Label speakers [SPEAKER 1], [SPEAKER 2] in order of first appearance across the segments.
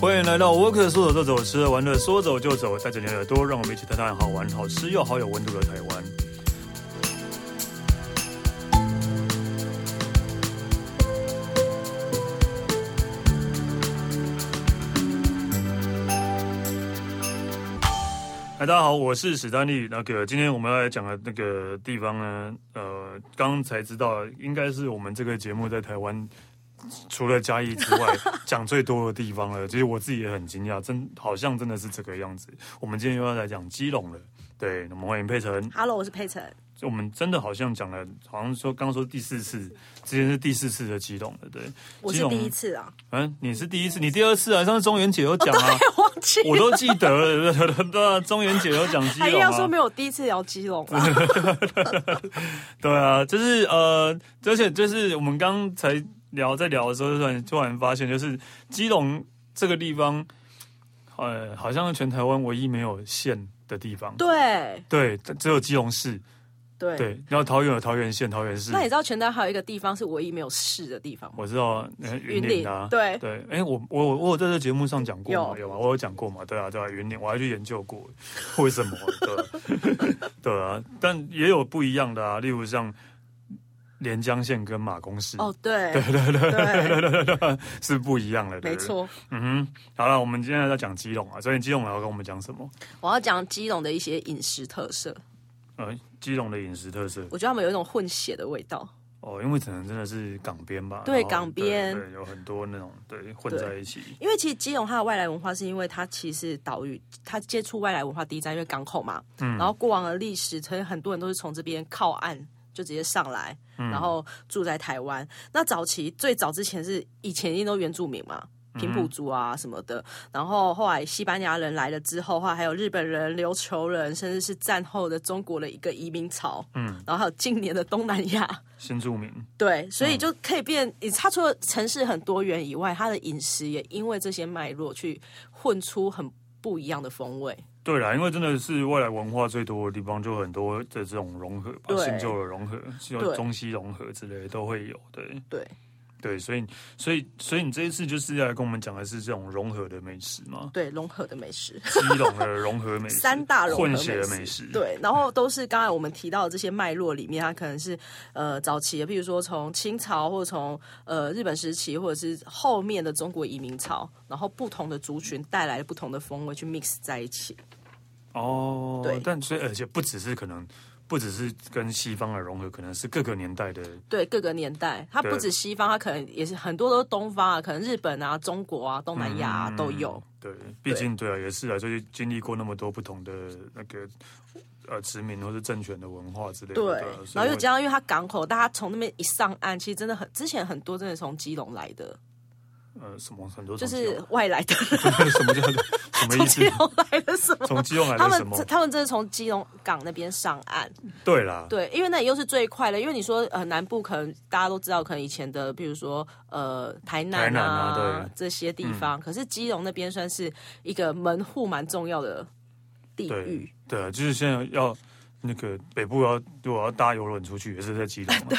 [SPEAKER 1] 欢迎来到沃克说走就走，吃玩乐说走就走，带着你的耳朵，让我们一起探探好玩、好吃又好有温度的台湾。嗨，大家好，我是史丹利。那个今天我们要来讲的那个地方呢，呃，刚才知道，应该是我们这个节目在台湾除了嘉义之外讲最多的地方了。其实我自己也很惊讶，真好像真的是这个样子。我们今天又要来讲基隆了。对，那么欢迎佩晨。
[SPEAKER 2] Hello，我是佩晨。
[SPEAKER 1] 我们真的好像讲了，好像说刚说第四次，之前是第四次的基隆了。对，
[SPEAKER 2] 我
[SPEAKER 1] 基
[SPEAKER 2] 是
[SPEAKER 1] 隆
[SPEAKER 2] 第一。次啊，
[SPEAKER 1] 嗯，你是第一次，你第二次啊？上次中元节有讲啊。
[SPEAKER 2] 忘记
[SPEAKER 1] 我都记得了，对对对啊，中元节有讲基
[SPEAKER 2] 还硬
[SPEAKER 1] 隆
[SPEAKER 2] 要说
[SPEAKER 1] 啊
[SPEAKER 2] 没，有第一次聊基隆 啊，
[SPEAKER 1] 对啊，就是呃，而且就是我们刚才聊在聊的时候，突然突然发现，就是基隆这个地方，呃，好像是全台湾唯一没有县的地方，
[SPEAKER 2] 对
[SPEAKER 1] 对，只有基隆市，
[SPEAKER 2] 对
[SPEAKER 1] 对，然后桃园有桃园县、桃园市
[SPEAKER 2] 那，你知道全台还有一个地方是唯一没有市的地方吗？
[SPEAKER 1] 我知道呃云
[SPEAKER 2] 林
[SPEAKER 1] 林啊，
[SPEAKER 2] 对
[SPEAKER 1] 对，哎、我我我我有在这节目上讲过嘛，
[SPEAKER 2] 有
[SPEAKER 1] 有吗？我有讲过嘛，对啊，对啊，云林我还去研究过为什么，对、啊，对啊，但也有不一样的啊，例如像连江县跟马公市，
[SPEAKER 2] 哦，对对对对
[SPEAKER 1] 是不一样的，对
[SPEAKER 2] 没
[SPEAKER 1] 不对，
[SPEAKER 2] 错。
[SPEAKER 1] 嗯哼，好了，我们今天要讲基隆啊，所以基隆来要跟我们讲什么？
[SPEAKER 2] 我要讲基隆的一些饮食特色，
[SPEAKER 1] 呃，基隆的饮食特色
[SPEAKER 2] 我觉得他们有一种混血的味道。
[SPEAKER 1] 哦，因为可能真的是港边吧，
[SPEAKER 2] 对
[SPEAKER 1] 然后
[SPEAKER 2] 港边
[SPEAKER 1] 对，对有很多那种对混
[SPEAKER 2] 对
[SPEAKER 1] 在一起，
[SPEAKER 2] 因为其实基隆它的外来文化，是因为它其实是岛屿，它接触外来文化第一站因为港口嘛，然后过往的历史，所以很多人都是从这边靠岸就直接上来，然后住在台湾。那早期最早之前是以前一定都原住民嘛。平埔族啊什么的，然后后来西班牙人来了之后，话还有日本人、琉球人，甚至是战后的中国的一个移民潮，嗯，然后还有近年的东南亚，
[SPEAKER 1] 新住民，
[SPEAKER 2] 对，所以就可以变，它除了城市很多元以外，它的饮食也因为这些脉络去混出很不一样的风味。
[SPEAKER 1] 对啦，因为真的是外来文化最多的地方，就很多的这种融合吧，
[SPEAKER 2] 对
[SPEAKER 1] 新旧的融合，就
[SPEAKER 2] 对
[SPEAKER 1] 中西融合之类的都会有。对
[SPEAKER 2] 对，，
[SPEAKER 1] 对，所以所以所以你这一次就是要来跟我们讲的是这种融合的美食嘛
[SPEAKER 2] 对，融合的美食，
[SPEAKER 1] 基隆的融合美食，
[SPEAKER 2] 三大融合
[SPEAKER 1] 混血的
[SPEAKER 2] 美
[SPEAKER 1] 美食，，
[SPEAKER 2] 对，然后都是刚才我们提到的这些脉络里面，它可能是呃早期的，比如说从清朝或者从呃日本时期，或者是后面的中国移民潮，然后不同的族群带来不同的风味去 mix 在一起。
[SPEAKER 1] 哦，
[SPEAKER 2] 对
[SPEAKER 1] 但所以而且不只是可能。不只是跟西方的融合，可能是各个年代的，
[SPEAKER 2] 对各个年代，它
[SPEAKER 1] 对
[SPEAKER 2] 不止西方，它可能也是很多都是东方啊，可能日本啊、中国啊、东南亚啊、都有。
[SPEAKER 1] 嗯对，毕竟对啊，也是啊，就是经历过那么多不同的那个呃殖民或是政权的文化之类的，
[SPEAKER 2] 对
[SPEAKER 1] 啊，所
[SPEAKER 2] 然
[SPEAKER 1] 以
[SPEAKER 2] 后又
[SPEAKER 1] 我
[SPEAKER 2] 加上，因为它港口，大家从那边一上岸，其实真的很，之前很多真的从基隆来的，
[SPEAKER 1] 呃什么很多
[SPEAKER 2] 就
[SPEAKER 1] 种地方
[SPEAKER 2] 是外来的，
[SPEAKER 1] 什么叫做什么
[SPEAKER 2] 从
[SPEAKER 1] 意思
[SPEAKER 2] 基？隆来的什么？
[SPEAKER 1] 从基隆来
[SPEAKER 2] 他
[SPEAKER 1] 的什么
[SPEAKER 2] 们？他们真的从基隆港那边上岸，
[SPEAKER 1] 对啦，
[SPEAKER 2] 对，因为那里又是最快的，因为你说呃南部可能大家都知道，可能以前的比如说呃台南啊
[SPEAKER 1] 台南啊对
[SPEAKER 2] 这些地方，可是基隆那边算是一个门户蛮重要的地
[SPEAKER 1] 对
[SPEAKER 2] 域，
[SPEAKER 1] 对啊，就是现在要那个北部要如果要搭游轮出去，也是在基隆嘛。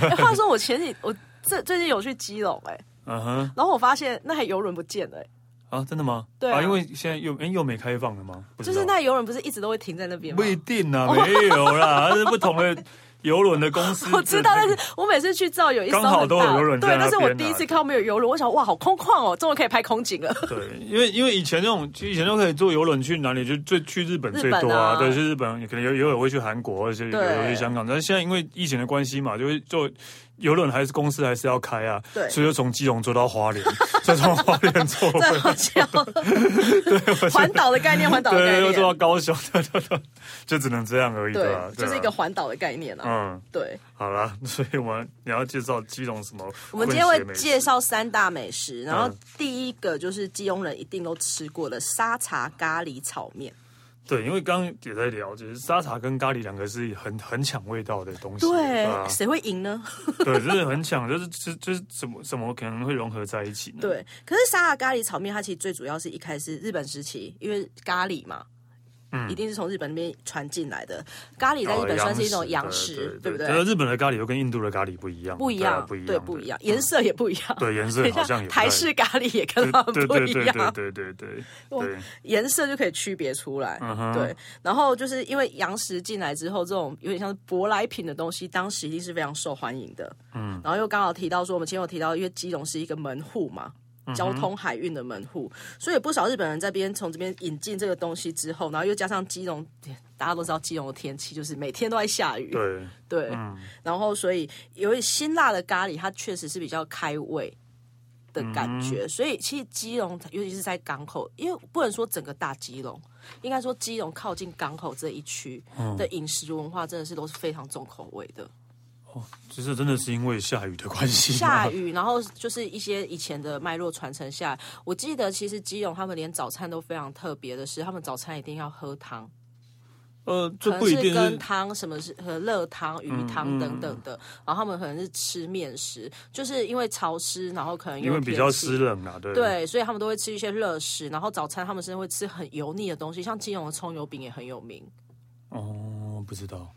[SPEAKER 2] 哎，话说我前几我这最近有去基隆哎、
[SPEAKER 1] 嗯哼，
[SPEAKER 2] 然后我发现那台游轮不见了、哎
[SPEAKER 1] 啊，真的吗？
[SPEAKER 2] 对啊
[SPEAKER 1] 因为现在又哎又没开放了吗？不知
[SPEAKER 2] 就
[SPEAKER 1] 道
[SPEAKER 2] 是那台游轮不是一直都会停在那哦边吗
[SPEAKER 1] 不？一定啊，没有啦， 那是不同的游轮的公司。
[SPEAKER 2] 我知道，但是我每次去照有一艘
[SPEAKER 1] 刚好
[SPEAKER 2] 很
[SPEAKER 1] 都有
[SPEAKER 2] 大
[SPEAKER 1] 游轮在
[SPEAKER 2] 对，
[SPEAKER 1] 那
[SPEAKER 2] 但是我
[SPEAKER 1] 边啊
[SPEAKER 2] 第一次看到没有游轮，我想哇，好空旷哦，终于可以拍空景 了。
[SPEAKER 1] 对，因为因为以前那种以前都可以坐游轮去哪里，就最去日本最
[SPEAKER 2] 日
[SPEAKER 1] 多
[SPEAKER 2] 本
[SPEAKER 1] 啊，
[SPEAKER 2] 啊
[SPEAKER 1] 对，去日本可能有有也会去韩国，或者是有
[SPEAKER 2] 对
[SPEAKER 1] 有去香港，但是现在因为疫情的关系嘛，就是坐游轮还是公司还是要开啊，
[SPEAKER 2] 对
[SPEAKER 1] 所以就从基隆坐到花 莲，再从花莲坐回
[SPEAKER 2] 在好 笑，环岛的概念，环岛的概
[SPEAKER 1] 对，又坐
[SPEAKER 2] 念，
[SPEAKER 1] 到高雄， 对对对，就只能这样而已，对吧？
[SPEAKER 2] 对，就是一个
[SPEAKER 1] 对啊
[SPEAKER 2] 环岛的概念啊。
[SPEAKER 1] 嗯，
[SPEAKER 2] 对，
[SPEAKER 1] 好啦，所以我们你要介绍基隆什么？
[SPEAKER 2] 我们今天会介绍三大美食，然后
[SPEAKER 1] 嗯
[SPEAKER 2] 第一个就是基隆人一定都吃过的沙茶咖喱炒面。
[SPEAKER 1] 对，因为刚刚也在聊，就是沙茶跟咖喱两个是很很抢味道的东西，
[SPEAKER 2] 对
[SPEAKER 1] 吧，
[SPEAKER 2] 谁会赢呢？
[SPEAKER 1] 对，就是很抢，就是就是就是怎么怎么可能会融合在一起呢？，哦
[SPEAKER 2] 对，可是沙茶咖喱炒面它其实最主要是一开始日本时期，因为咖喱嘛。
[SPEAKER 1] 嗯
[SPEAKER 2] 一定是从日本那边传进来的。咖喱在日本
[SPEAKER 1] 哦
[SPEAKER 2] 算是一种洋食，对不对？
[SPEAKER 1] 日本的咖喱又跟印度的咖喱不一样，
[SPEAKER 2] 不一
[SPEAKER 1] 对啊
[SPEAKER 2] 样，
[SPEAKER 1] 不一
[SPEAKER 2] 对，
[SPEAKER 1] 样，
[SPEAKER 2] 不一
[SPEAKER 1] 样。
[SPEAKER 2] 样，颜色也不一样。
[SPEAKER 1] 对颜色
[SPEAKER 2] 等一
[SPEAKER 1] 好
[SPEAKER 2] 下
[SPEAKER 1] 像也不太
[SPEAKER 2] 台式咖喱也跟
[SPEAKER 1] 对
[SPEAKER 2] 他 们
[SPEAKER 1] 对
[SPEAKER 2] 不
[SPEAKER 1] 对
[SPEAKER 2] 一
[SPEAKER 1] 对对
[SPEAKER 2] 样，
[SPEAKER 1] 对对 对
[SPEAKER 2] 哇
[SPEAKER 1] 对，
[SPEAKER 2] 颜色就可以区别出来。
[SPEAKER 1] 嗯哼
[SPEAKER 2] 对，然后就是因为洋食进来之后，这种有点像是舶来品的东西，当时一定是非常受欢迎的。嗯，然后又刚好提到说，我们前面有提到，因为基隆是一个门户嘛。
[SPEAKER 1] 嗯
[SPEAKER 2] 交通海运的门户，所以有不少日本人在边从这边引进这个东西之后，然后又加上基隆，大家都知道基隆的天气就是每天都在下雨，
[SPEAKER 1] 对，
[SPEAKER 2] 对，然后所以有点辛辣的咖喱，它确实是比较开胃的感觉。所以其实基隆，尤其是在港口，因为不能说整个大基隆，应该说基隆靠近港口这一区的饮食文化，真的是都是非常重口味的。
[SPEAKER 1] 其实真的是因为下雨的关系吗，
[SPEAKER 2] 下雨，然后就是一些以前的脉络传承下来。我记得其实基隆他们连早餐都非常特别的是，他们早餐一定要喝汤。
[SPEAKER 1] 呃，
[SPEAKER 2] 可
[SPEAKER 1] 这
[SPEAKER 2] 能
[SPEAKER 1] 不一
[SPEAKER 2] 是
[SPEAKER 1] 定
[SPEAKER 2] 羹
[SPEAKER 1] 是嗯
[SPEAKER 2] 汤，什么是和热汤、鱼汤等等的，然后他们可能是吃面食，就是因为潮湿，然后可能又
[SPEAKER 1] 因为比较
[SPEAKER 2] 天气
[SPEAKER 1] 湿，冷啊，对
[SPEAKER 2] 对，所以他们都会吃一些热食，然后早餐他们是会吃很油腻的东西，像基隆的葱油饼也很有名，
[SPEAKER 1] 哦，不知 道，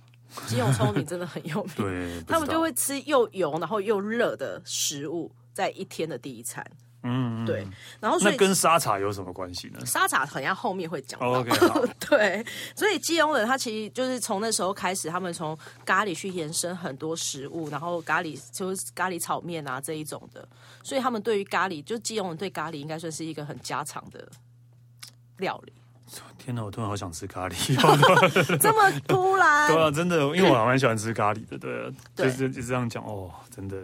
[SPEAKER 2] 基隆葱油饼真的很有 名，
[SPEAKER 1] 对，不
[SPEAKER 2] 他们
[SPEAKER 1] 知
[SPEAKER 2] 就
[SPEAKER 1] 道
[SPEAKER 2] 会吃又油然后又热的食物，在一天的第一餐，
[SPEAKER 1] 嗯，嗯
[SPEAKER 2] 对，然后所
[SPEAKER 1] 那
[SPEAKER 2] 以
[SPEAKER 1] 跟沙茶有什么关系呢
[SPEAKER 2] 沙茶好像后面会讲到。
[SPEAKER 1] 哦？OK，好，
[SPEAKER 2] 对，所以基隆人他其实就是从那时候开始，他们从咖喱去延伸很多食物，然后咖喱就是咖喱炒面啊这一种的，所以他们对于咖喱，就基隆人对咖喱应该算是一个很家常的料 理。
[SPEAKER 1] 天哪，我突然好想吃咖喱哦，
[SPEAKER 2] 这么突然，
[SPEAKER 1] 对啊，真的，因为我还蛮喜欢吃咖喱的，对啊，就
[SPEAKER 2] 对
[SPEAKER 1] 是就这样讲哦，真的，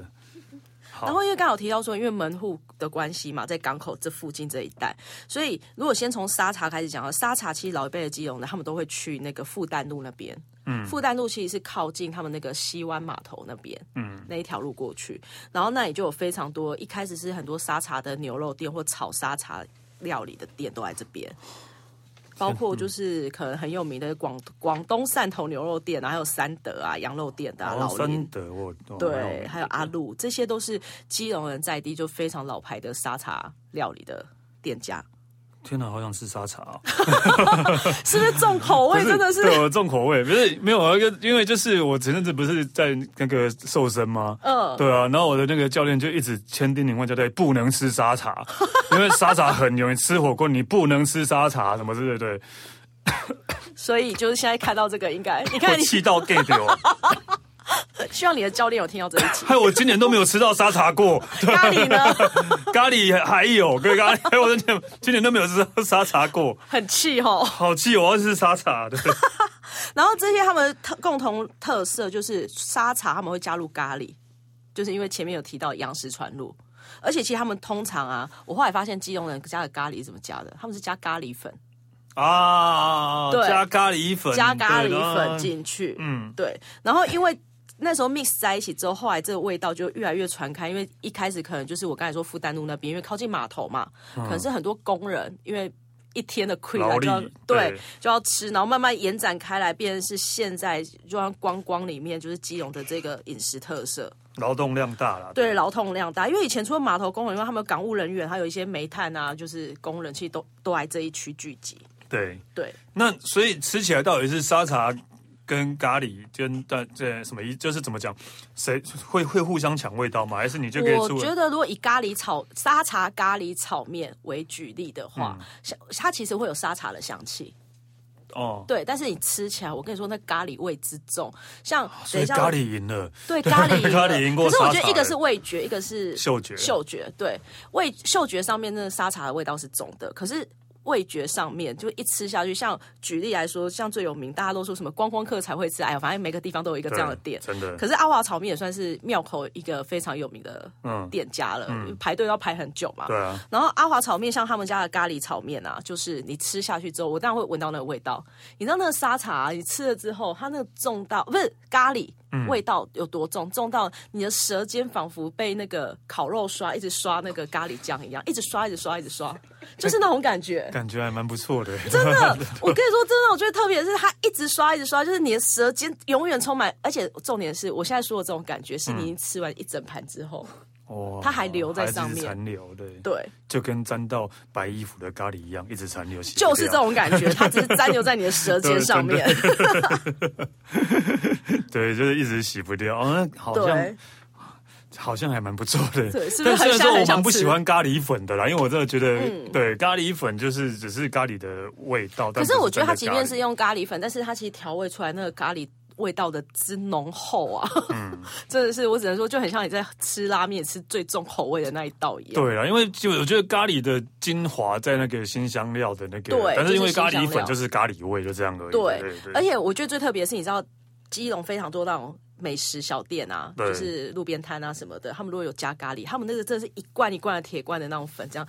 [SPEAKER 1] 好
[SPEAKER 2] 然后因为刚好提到说，因为门户的关系嘛，在港口这附近这一带，所以如果先从沙茶开始讲啊，沙茶其实老一辈的基隆人他们都会去那个复旦路那边。嗯，复旦路其实是靠近他们那个西湾码头那边，嗯，那一条路过去，然后那里就有非常多，一开始是很多沙茶的牛肉店或炒沙茶料理的店都在这边，包括就是可能很有名的广广东汕头牛肉店啊，还有三德啊羊肉店的、啊、
[SPEAKER 1] 然
[SPEAKER 2] 老
[SPEAKER 1] 后
[SPEAKER 2] 林
[SPEAKER 1] 哦三德我我蛮
[SPEAKER 2] 对，
[SPEAKER 1] 有
[SPEAKER 2] 还有阿路，这些都是基隆人在地就非常老牌的沙茶料理的店家，
[SPEAKER 1] 天哪，好想吃沙茶哦。
[SPEAKER 2] 是不是重口味？真的是，
[SPEAKER 1] 对我重口味，不是没有啊，因为因为就是我前阵子不是在那个瘦身吗？
[SPEAKER 2] 嗯
[SPEAKER 1] 对啊，然后我的那个教练就一直千叮咛万交代，不能吃沙茶， 因为沙茶很油，你吃火锅你不能吃沙茶，什么之类的。
[SPEAKER 2] 所以就是现在看到这个，应 该你
[SPEAKER 1] 我
[SPEAKER 2] 看你，
[SPEAKER 1] 气到 gay 掉，
[SPEAKER 2] 希望你的教练有听到这一 集。
[SPEAKER 1] 害我今年都没有吃到沙茶过，
[SPEAKER 2] 咖喱 呢，
[SPEAKER 1] 咖喱还有跟咖喱，我今年今年都没有吃到沙茶过，
[SPEAKER 2] 很气吼。
[SPEAKER 1] 好气，我要吃沙茶 的。对
[SPEAKER 2] 然后这些他们特共同特色就是沙茶，他们会加入咖喱，就是因为前面有提到洋食传入，而且其实他们通常啊，我后来发现基隆人加的咖喱是怎么加的，他们是加咖喱粉。
[SPEAKER 1] 啊，
[SPEAKER 2] 对
[SPEAKER 1] 加咖喱粉，
[SPEAKER 2] 加咖
[SPEAKER 1] 对
[SPEAKER 2] 喱
[SPEAKER 1] 然
[SPEAKER 2] 粉
[SPEAKER 1] 后
[SPEAKER 2] 进去，嗯，对。然后因为那时候 mix 在一起之后，后来这个味道就越来越传开。因为一开始可能就是我刚才说复旦路那边，因为靠近码头嘛，可能是很多工人因为。一天的亏
[SPEAKER 1] 嗯劳
[SPEAKER 2] 了
[SPEAKER 1] 力
[SPEAKER 2] 就要对
[SPEAKER 1] 对
[SPEAKER 2] 就要吃，然后慢慢延展开来，变成是现在就像观光里面就是基隆的这个饮食特色。
[SPEAKER 1] 劳动量大了，
[SPEAKER 2] 对劳动量大，因为以前除了码头工人，因为他们有港务人员，还有一些煤炭啊，就是工人，其实都都来这一区聚集。
[SPEAKER 1] 对。
[SPEAKER 2] 对，
[SPEAKER 1] 那所以吃起来到底是沙茶跟咖喱跟但这什么意？就是怎么讲，谁会会互相抢味道吗？还是你就可以
[SPEAKER 2] 我
[SPEAKER 1] 出？
[SPEAKER 2] 觉得，如果以咖喱炒沙茶咖喱炒面为举例的话，
[SPEAKER 1] 嗯
[SPEAKER 2] 像它其实会有沙茶的香气，
[SPEAKER 1] 哦，
[SPEAKER 2] 对。但是你吃起来，我跟你说，那咖喱味之重，像
[SPEAKER 1] 哦所
[SPEAKER 2] 等
[SPEAKER 1] 以
[SPEAKER 2] 一下
[SPEAKER 1] 咖喱赢了。
[SPEAKER 2] 对咖喱赢
[SPEAKER 1] 咖
[SPEAKER 2] 了
[SPEAKER 1] 喱赢过
[SPEAKER 2] 可是我觉
[SPEAKER 1] 沙茶
[SPEAKER 2] 得一个是味觉，一个是
[SPEAKER 1] 嗅觉
[SPEAKER 2] 嗅觉对味嗅觉上面那个沙茶的味道是重的，可是。味觉上面就一吃下去，像举例来说，像最有名，大家都说什么观光客才会吃，哎呀，反正每个地方都有一个这样的
[SPEAKER 1] 对
[SPEAKER 2] 店，
[SPEAKER 1] 真的
[SPEAKER 2] 可是阿华炒面也算是庙口一个非常有名的
[SPEAKER 1] 嗯
[SPEAKER 2] 店家了，排队要排很久嘛。
[SPEAKER 1] 对啊，
[SPEAKER 2] 然后阿华炒面像他们家的咖喱炒面啊，就是你吃下去之后，我当然会闻到那个味道。你知道那个沙茶、啊，你吃了之后，它那个重到不是咖喱
[SPEAKER 1] 嗯
[SPEAKER 2] 味道有多重，重到你的舌尖仿佛被那个烤肉刷一直刷那个咖喱酱一样，一直刷一直刷一直刷，就是那种感觉。
[SPEAKER 1] 感觉还蛮不错的。
[SPEAKER 2] 真 的，我跟你说，真的，我觉得特别是它一直刷，一直刷，就是你的舌尖永远充满，而且重点是我现在说的这种感觉，是你已经吃完一整盘之后，
[SPEAKER 1] 哦，
[SPEAKER 2] 它还留在
[SPEAKER 1] 还是
[SPEAKER 2] 上面
[SPEAKER 1] 残留，对，
[SPEAKER 2] 对，
[SPEAKER 1] 就跟沾到白衣服的咖喱一样，一直残留，洗不
[SPEAKER 2] 就是这
[SPEAKER 1] 掉
[SPEAKER 2] 种感觉，它只是粘留在你的舌尖上面。
[SPEAKER 1] 对，就是一直洗不掉。哦，那好像
[SPEAKER 2] 对
[SPEAKER 1] 好像还蛮不错的。
[SPEAKER 2] 对是不是
[SPEAKER 1] 但虽然说
[SPEAKER 2] 很像
[SPEAKER 1] 我
[SPEAKER 2] 很想
[SPEAKER 1] 蛮不
[SPEAKER 2] 吃嗯
[SPEAKER 1] 喜欢咖喱粉的啦，因为我真的觉得，对咖喱粉就是只是咖喱的味道。
[SPEAKER 2] 可
[SPEAKER 1] 但
[SPEAKER 2] 是
[SPEAKER 1] 不
[SPEAKER 2] 我觉得它
[SPEAKER 1] 真的
[SPEAKER 2] 即
[SPEAKER 1] 咖喱
[SPEAKER 2] 便是用咖喱粉，但是它其实调味出来那个咖喱味道的之浓厚啊，真的是我只能说就很像你在吃拉面吃最重口味的那一道一样。
[SPEAKER 1] 对啦，因为就我觉得咖喱的精华在那个新香料的那个，
[SPEAKER 2] 对
[SPEAKER 1] 但是因为
[SPEAKER 2] 就是
[SPEAKER 1] 咖
[SPEAKER 2] 新香
[SPEAKER 1] 喱粉
[SPEAKER 2] 料
[SPEAKER 1] 就是咖喱味，就这样而已。
[SPEAKER 2] 对
[SPEAKER 1] 对对，
[SPEAKER 2] 而且我觉得最特别的是，你知道基隆非常多那种美食小店啊，
[SPEAKER 1] 对
[SPEAKER 2] 就是路边摊啊什么的，他们如果有加咖喱，他们那个真的是一罐一罐的铁罐的那种粉，这样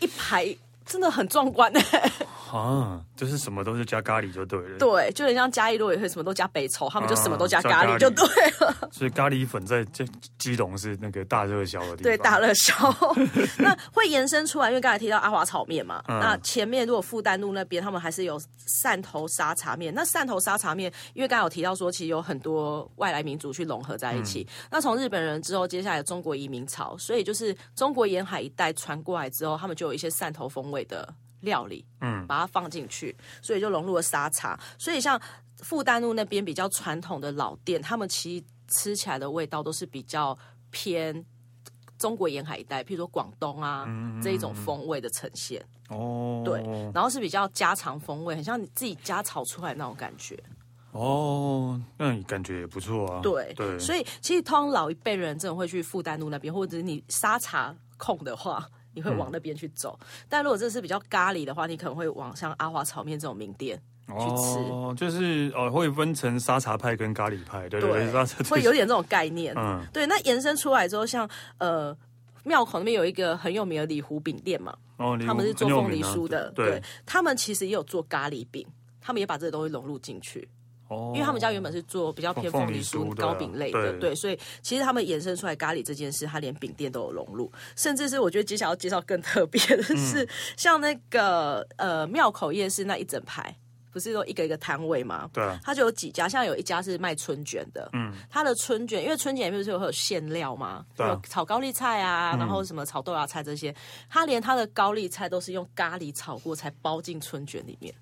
[SPEAKER 2] 一排。真的很壮观 哎、
[SPEAKER 1] 啊，就是什么都是加咖喱就对了。
[SPEAKER 2] 对，就很像嘉义，如果也会什么都加北抽，他们就什么都加
[SPEAKER 1] 嗯加咖
[SPEAKER 2] 咖
[SPEAKER 1] 喱
[SPEAKER 2] 喱，就对了。
[SPEAKER 1] 所以咖喱粉在这基隆是那个大热销的地方。
[SPEAKER 2] 对，大热销。 那会延伸出来，因为刚才提到阿华炒面嘛，
[SPEAKER 1] 嗯
[SPEAKER 2] 那前面如果复旦路那边，他们还是有汕头沙茶面。那汕头沙茶面，因为刚才有提到说，其实有很多外来民族去融合在一起。
[SPEAKER 1] 嗯
[SPEAKER 2] 那从日本人之后，接下来有中国移民潮，所以就是中国沿海一带传过来之后，他们就有一些汕头风味的料理，嗯，把它放进去，所以就融入了沙茶。所以像复旦路那边比较传统的老店，他们其实吃起来的味道都是比较偏中国沿海一带，譬如说广东啊、
[SPEAKER 1] 嗯
[SPEAKER 2] 这一种风味的呈现，
[SPEAKER 1] 哦，
[SPEAKER 2] 对，然后是比较家常风味，很像你自己家炒出来那种感觉，
[SPEAKER 1] 哦，那你感觉也不错啊。
[SPEAKER 2] 对，
[SPEAKER 1] 对，
[SPEAKER 2] 所以其实通常老一辈人真的会去复旦路那边，或者是你沙茶控的话。你会往那边去走，
[SPEAKER 1] 嗯
[SPEAKER 2] 但如果这是比较咖喱的话，你可能会往像阿华炒面这种名店，去吃
[SPEAKER 1] 哦，就是哦，会分成沙茶派跟咖喱派，对对对，沙茶
[SPEAKER 2] 会有点这种概念。
[SPEAKER 1] 嗯
[SPEAKER 2] 对，那延伸出来之后，像呃庙口那边有一个很有名的李湖饼店嘛，
[SPEAKER 1] 哦，你
[SPEAKER 2] 他们是做
[SPEAKER 1] 很有
[SPEAKER 2] 凤梨
[SPEAKER 1] 名啊
[SPEAKER 2] 酥的，
[SPEAKER 1] 对，
[SPEAKER 2] 他们其实也有做咖喱饼，他们也把这个东西融入进去，
[SPEAKER 1] 哦，
[SPEAKER 2] 因为他们家原本是做比较偏
[SPEAKER 1] 凤
[SPEAKER 2] 凤
[SPEAKER 1] 凤
[SPEAKER 2] 梨
[SPEAKER 1] 梨酥
[SPEAKER 2] 酥
[SPEAKER 1] 的啊
[SPEAKER 2] 糕饼类的，
[SPEAKER 1] 对
[SPEAKER 2] 对，所以其实他们衍生出来咖喱这件事，他连饼店都有融入，甚至是我觉得接下来要介绍更特别的
[SPEAKER 1] 嗯
[SPEAKER 2] 是，像那个呃庙口夜市那一整排，不是都一个一个摊位吗？
[SPEAKER 1] 对啊，
[SPEAKER 2] 它就有几家，像有一家是卖春卷的，嗯，它的春卷，因为春卷不是会有馅料嘛，
[SPEAKER 1] 对啊嗯
[SPEAKER 2] 有炒高丽菜啊，然后什么炒豆芽菜这些，它连它的高丽菜都是用咖喱炒过才包进春卷里面。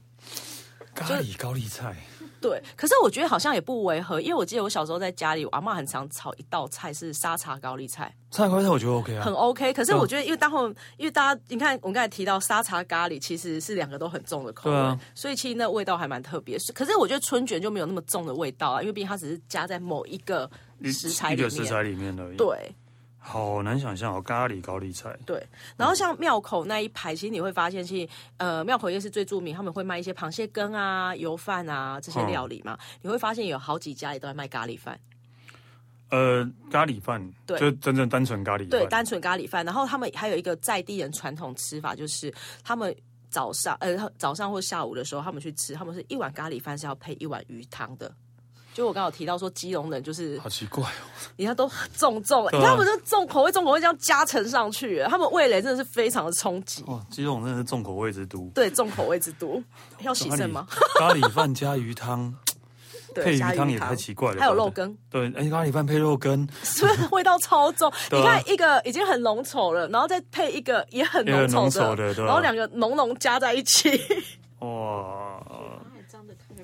[SPEAKER 1] 咖喱高丽菜，
[SPEAKER 2] 对，可是我觉得好像也不违和，因为我记得我小时候在家里，我阿妈很常炒一道菜是沙茶高丽菜，
[SPEAKER 1] 菜高丽菜我觉得 OK 啊
[SPEAKER 2] 很，OK。可是我觉得，因为当后，因为大家你看，我们刚才提到沙茶咖喱其实是两个都很重的口味，
[SPEAKER 1] 对啊
[SPEAKER 2] 所以其实那味道还蛮特别。是可是我觉得春卷就没有那么重的味道啊，因为毕竟它只是加在某一个
[SPEAKER 1] 一
[SPEAKER 2] 食材
[SPEAKER 1] 一
[SPEAKER 2] 里
[SPEAKER 1] 个
[SPEAKER 2] 面。
[SPEAKER 1] 食材里面而已。，
[SPEAKER 2] 对
[SPEAKER 1] 好难想象哦，咖喱高丽菜，
[SPEAKER 2] 对，然
[SPEAKER 1] 嗯
[SPEAKER 2] 后像庙口那一排，其实你会发现，其实呃，庙口夜市最著名，他们会卖一些螃蟹羹啊、油饭啊
[SPEAKER 1] 嗯
[SPEAKER 2] 这些料理嘛。你会发现有好几家也都在卖咖喱饭，
[SPEAKER 1] 呃，咖喱饭，
[SPEAKER 2] 对
[SPEAKER 1] 就真正单纯咖喱饭，
[SPEAKER 2] 对，单纯咖喱饭。然后他们还有一个在地人传统吃法，就是他们早上呃早上或下午的时候，他们去吃，他们是一碗咖喱饭是要配一碗鱼汤的。就我刚好提到说，基隆人就是
[SPEAKER 1] 好奇怪哦，
[SPEAKER 2] 你看都重重，
[SPEAKER 1] 对啊
[SPEAKER 2] 你看他们就重口味，重口味这样加成上去，他们味蕾真的是非常的冲击。
[SPEAKER 1] 哇，鸡肉真的是重口味之都，
[SPEAKER 2] 对，重口味之都要洗
[SPEAKER 1] 咖喱
[SPEAKER 2] 肾吗？？
[SPEAKER 1] 咖喱饭加鱼汤，配
[SPEAKER 2] 对，
[SPEAKER 1] 鱼
[SPEAKER 2] 加
[SPEAKER 1] 汤也太奇怪了吧，
[SPEAKER 2] 还有肉羹，
[SPEAKER 1] 对，而且咖喱饭配肉羹，
[SPEAKER 2] 是不是味道超 重？
[SPEAKER 1] 对啊
[SPEAKER 2] 你看一个已经很浓稠了，然后再配一个也很
[SPEAKER 1] 也很
[SPEAKER 2] 浓
[SPEAKER 1] 浓
[SPEAKER 2] 稠
[SPEAKER 1] 稠的对啊
[SPEAKER 2] 然后两个浓浓加在一起，
[SPEAKER 1] 哇，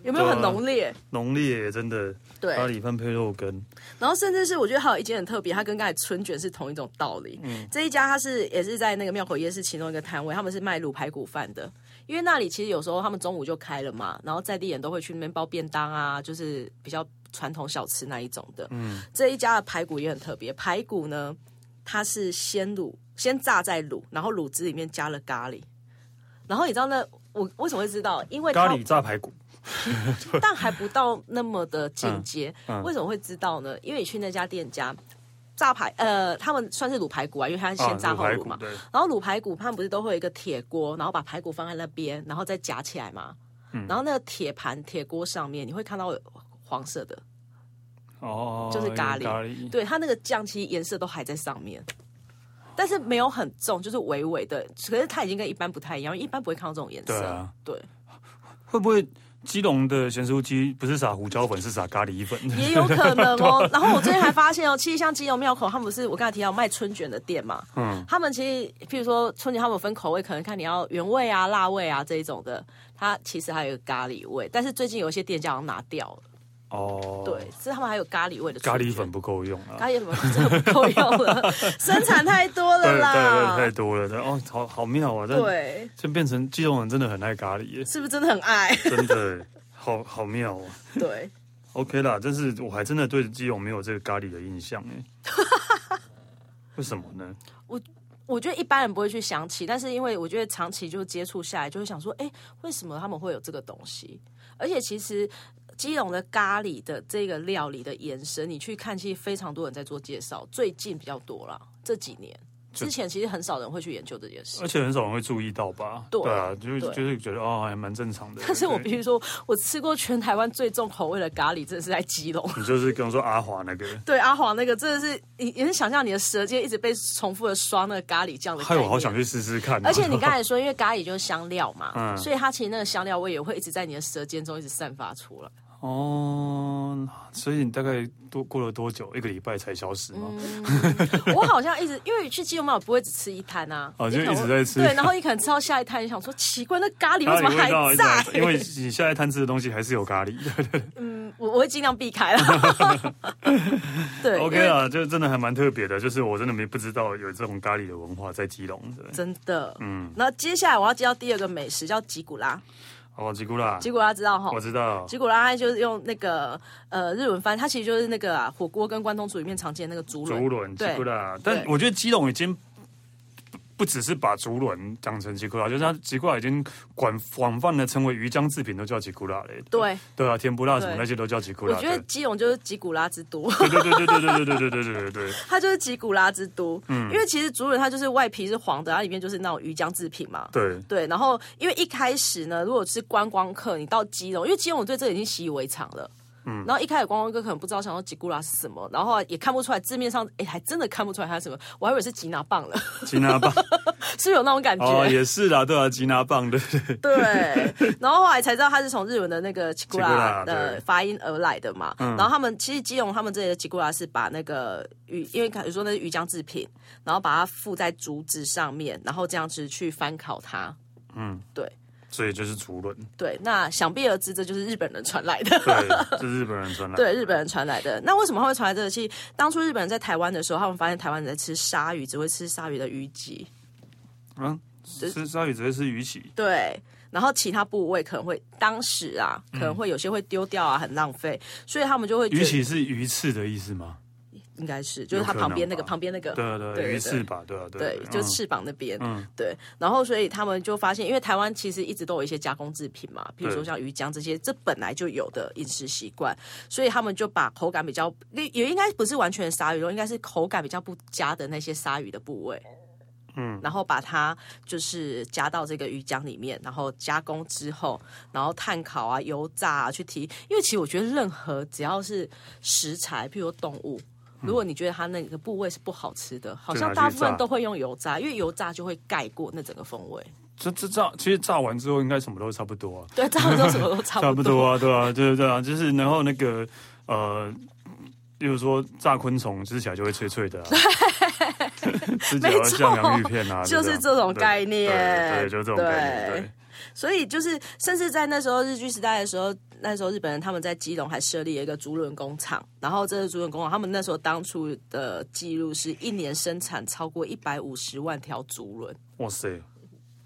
[SPEAKER 2] 有没有很
[SPEAKER 1] 对啊啊
[SPEAKER 2] 浓烈？
[SPEAKER 1] 浓烈真的，
[SPEAKER 2] 对
[SPEAKER 1] 咖喱饭配肉羹，
[SPEAKER 2] 然后甚至是我觉得还有一间很特别，它跟刚才春卷是同一种道理。
[SPEAKER 1] 嗯
[SPEAKER 2] 这一家它是也是在那个庙口夜市其中一个摊位，他们是卖卤排骨饭的。因为那里其实有时候他们中午就开了嘛，然后在地人都会去那边包便当啊，就是比较传统小吃那一种的。嗯，这一家的排骨也很特别，排骨呢它是先卤，先炸再卤，然后卤汁里面加了咖喱。然后你知道那我为什么会知道？因为它
[SPEAKER 1] 咖喱炸排骨，
[SPEAKER 2] 但还不到那么的
[SPEAKER 1] 嗯
[SPEAKER 2] 进阶。为什么会知道呢？因为你去那家店家炸排，呃，他们算是卤排骨啊，因为他是先炸
[SPEAKER 1] 啊
[SPEAKER 2] 后
[SPEAKER 1] 排
[SPEAKER 2] 卤
[SPEAKER 1] 骨
[SPEAKER 2] 嘛。
[SPEAKER 1] 对。
[SPEAKER 2] 然后卤排骨他们不是都会有一个铁锅，然后把排骨放在那边，然后再夹起来嘛。
[SPEAKER 1] 嗯
[SPEAKER 2] 然后那个铁盘、铁锅上面，你会看到有黄色的，
[SPEAKER 1] 哦，
[SPEAKER 2] 就是咖喱
[SPEAKER 1] 有咖喱，
[SPEAKER 2] 对，它那个酱其实颜色都还在上面，但是没有很重，就是微微的。可是它已经跟一般不太一样，因为一般不会看到这种颜色。
[SPEAKER 1] 对啊
[SPEAKER 2] 对
[SPEAKER 1] 会不会基隆的咸酥鸡不是撒胡椒粉，是撒咖喱粉。
[SPEAKER 2] 也有可能哦。然后我最近还发现哦，其实像基隆庙口，他们不是我刚才提到卖春卷的店嘛，嗯，他们其实譬如说春卷，他们有分口味，可能看你要原味啊、辣味啊这一种的，它其实还有一个咖喱味，但是最近有一些店家好像拿掉了，
[SPEAKER 1] 哦，
[SPEAKER 2] 对，，是他们还有咖喱味的
[SPEAKER 1] 咖
[SPEAKER 2] 春
[SPEAKER 1] 喱
[SPEAKER 2] 卷
[SPEAKER 1] 粉。不够用啊。
[SPEAKER 2] 咖喱粉 真的不够用 了，生产太多
[SPEAKER 1] 对
[SPEAKER 2] 了
[SPEAKER 1] 对对，
[SPEAKER 2] 啦。
[SPEAKER 1] 太多了。对哦，好好妙啊！但
[SPEAKER 2] 对
[SPEAKER 1] 这变成基隆人真的很爱咖喱 耶，
[SPEAKER 2] 是不是真的很爱？
[SPEAKER 1] 真的好好妙啊。
[SPEAKER 2] 对，
[SPEAKER 1] OK 啦，但是我还真的对基隆没有这个咖喱的印象 哎，为什么呢？
[SPEAKER 2] 我觉得一般人不会去想起，但是因为我觉得长期就接触下来，就会想说，哎，为什么他们会有这个东西？而且其实基隆的咖喱的这个料理的延伸，你去看，其实非常多人在做介绍，最近比较多啦，这几年之前其实很少人会去研究这件事。
[SPEAKER 1] 而且很少人会注意到吧？
[SPEAKER 2] 对
[SPEAKER 1] 啊，就是
[SPEAKER 2] 对
[SPEAKER 1] 就是觉得哦，还蛮正常的。
[SPEAKER 2] 但是我必
[SPEAKER 1] 对
[SPEAKER 2] 须说，我吃过全台湾最重口味的咖喱，真的是在基隆。
[SPEAKER 1] 你就是跟我说阿华那个，
[SPEAKER 2] 对阿黄那个真的是，你你能想象你的舌尖一直被重复的刷那个咖喱酱的概
[SPEAKER 1] 害
[SPEAKER 2] 念。
[SPEAKER 1] 我哎好想去试试看啊、
[SPEAKER 2] 而且你刚才说，因为咖喱就是香料嘛，
[SPEAKER 1] 嗯
[SPEAKER 2] 所以它其实那个香料味也会一直在你的舌尖中一直散发出来。
[SPEAKER 1] 哦，所以你大概多过了多久？一个礼拜才消失吗？
[SPEAKER 2] 嗯我好像一直因为去基隆嘛，我不会只吃一摊啊，
[SPEAKER 1] 哦
[SPEAKER 2] 你
[SPEAKER 1] 就
[SPEAKER 2] 可能
[SPEAKER 1] 一直
[SPEAKER 2] 会
[SPEAKER 1] 在吃
[SPEAKER 2] 对，然后你可能吃到下一摊，你想说奇怪，那咖喱
[SPEAKER 1] 咖
[SPEAKER 2] 为什么
[SPEAKER 1] 喱味道
[SPEAKER 2] 还
[SPEAKER 1] 一
[SPEAKER 2] 在
[SPEAKER 1] 啊直？来因为你现在贪吃的东西还是有咖喱。 对对
[SPEAKER 2] 我我会尽量避开了。 对
[SPEAKER 1] OK
[SPEAKER 2] 因为
[SPEAKER 1] 啊，就真的还蛮特别的，就是我真的没不知道有这种咖喱的文化在基隆。对，
[SPEAKER 2] 真的，嗯。那接下来我要介绍第二个美食，叫吉古拉。
[SPEAKER 1] 哦，吉古拉，
[SPEAKER 2] 吉古拉知道哈？
[SPEAKER 1] 我知道，
[SPEAKER 2] 吉古拉它就是用那个呃日文翻，它其实就是那个、啊、火锅跟关东煮里面常见的那个竹轮。
[SPEAKER 1] 竹轮吉
[SPEAKER 2] 对
[SPEAKER 1] 古拉，但
[SPEAKER 2] 对
[SPEAKER 1] 我觉得基隆已经不不只是把竹轮当成吉古拉，就是它吉古拉已经广广泛的成为鱼浆制品都叫吉古拉嘞。
[SPEAKER 2] 对，
[SPEAKER 1] 对啊，甜不辣什么
[SPEAKER 2] 对
[SPEAKER 1] 那些都叫吉古
[SPEAKER 2] 我
[SPEAKER 1] 拉。
[SPEAKER 2] 觉得基隆就是吉古拉之都，
[SPEAKER 1] 对对对对对对对对对对对对对。
[SPEAKER 2] 它就是吉古拉之都。嗯，因为其实竹轮它就是外皮是黄的，它里面就是那种鱼浆制品嘛。
[SPEAKER 1] 对
[SPEAKER 2] 对，然后因为一开始呢，如果是观光客，你到基隆，因为基隆我对这个已经习以为常了。嗯，然后一开始观光客可能不知道想说吉古拉是什么，然后也看不出来字面上，哎，还真的看不出来它是什么，我还以为是吉拿棒了，
[SPEAKER 1] 吉拿棒
[SPEAKER 2] 是不是有那种感觉？
[SPEAKER 1] 哦，也是啦，对啊，吉拿棒对对对
[SPEAKER 2] 对，然后后来才知道它是从日文的那个吉古
[SPEAKER 1] Chikura，
[SPEAKER 2] 拉嗯的
[SPEAKER 1] 对
[SPEAKER 2] 发音而来的嘛。然后他们其实基隆他们这里的吉古拉是把那个鱼，因为比如说那是鱼浆制品，然后把它附在竹子上面，然后这样子去翻烤它。嗯，对
[SPEAKER 1] 所以就是竹轮，
[SPEAKER 2] 对，那想必而知，这就是日本人传来的。
[SPEAKER 1] 对，这是日本人传来的。
[SPEAKER 2] 对日本人传来的，那为什么他会传来这个？其实当初日本人在台湾的时候，他们发现台湾人在吃鲨鱼，只会吃鲨鱼的鱼脊。
[SPEAKER 1] 嗯，吃鲨鱼直接是鱼鳍，
[SPEAKER 2] 对，然后其他部位可能会当时啊，可能会有些会丢掉啊，很浪费，所以他们就会觉
[SPEAKER 1] 鱼
[SPEAKER 2] 得
[SPEAKER 1] 鳍是鱼刺的意思吗？
[SPEAKER 2] 应该是就是
[SPEAKER 1] 有可
[SPEAKER 2] 它
[SPEAKER 1] 能
[SPEAKER 2] 旁边那个
[SPEAKER 1] 吧
[SPEAKER 2] 旁边那个
[SPEAKER 1] 对啊对啊，
[SPEAKER 2] 对对
[SPEAKER 1] 鱼刺吧，对啊对啊
[SPEAKER 2] 对，就是
[SPEAKER 1] 嗯
[SPEAKER 2] 翅膀那边，对，然后所以他们就发现，因为台湾其实一直都有一些加工制品嘛，比如说
[SPEAKER 1] 对
[SPEAKER 2] 像鱼浆这些，这本来就有的饮食习惯，所以他们就把口感比较也也应该不是完全鲨鱼肉，应该是口感比较不佳的那些鲨鱼的部位。嗯，然后把它就是加到这个鱼浆里面，然后加工之后，然后炭烤啊、油炸啊去提。因为其实我觉得任何只要是食材，譬如说动物，如果你觉得它那个部位是不好吃的，好
[SPEAKER 1] 就拿
[SPEAKER 2] 像
[SPEAKER 1] 去
[SPEAKER 2] 大部分
[SPEAKER 1] 炸
[SPEAKER 2] 都会用油炸，因为油炸就会盖过那整个风味。
[SPEAKER 1] 这这炸，其实炸完之后应该什么都差不多啊，
[SPEAKER 2] 对，炸完之后什么都差
[SPEAKER 1] 差不
[SPEAKER 2] 不多。
[SPEAKER 1] 多啊，对啊，对对啊，就是然后那个呃。例如说炸昆虫吃起来就会脆脆的、 啊，吃起来
[SPEAKER 2] 没
[SPEAKER 1] 会
[SPEAKER 2] 错
[SPEAKER 1] 像洋芋片啊，
[SPEAKER 2] 就是
[SPEAKER 1] 样
[SPEAKER 2] 这种
[SPEAKER 1] 对
[SPEAKER 2] 概念
[SPEAKER 1] 对，对，就是这种概念，
[SPEAKER 2] 对
[SPEAKER 1] 对，
[SPEAKER 2] 所以就是，甚至在那时候日据时代的时候，那时候日本人他们在基隆还设立了一个竹轮工厂，然后这个竹轮工厂，他们那时候当初的记录是一年生产超过一百五十万条竹轮，
[SPEAKER 1] 哇塞，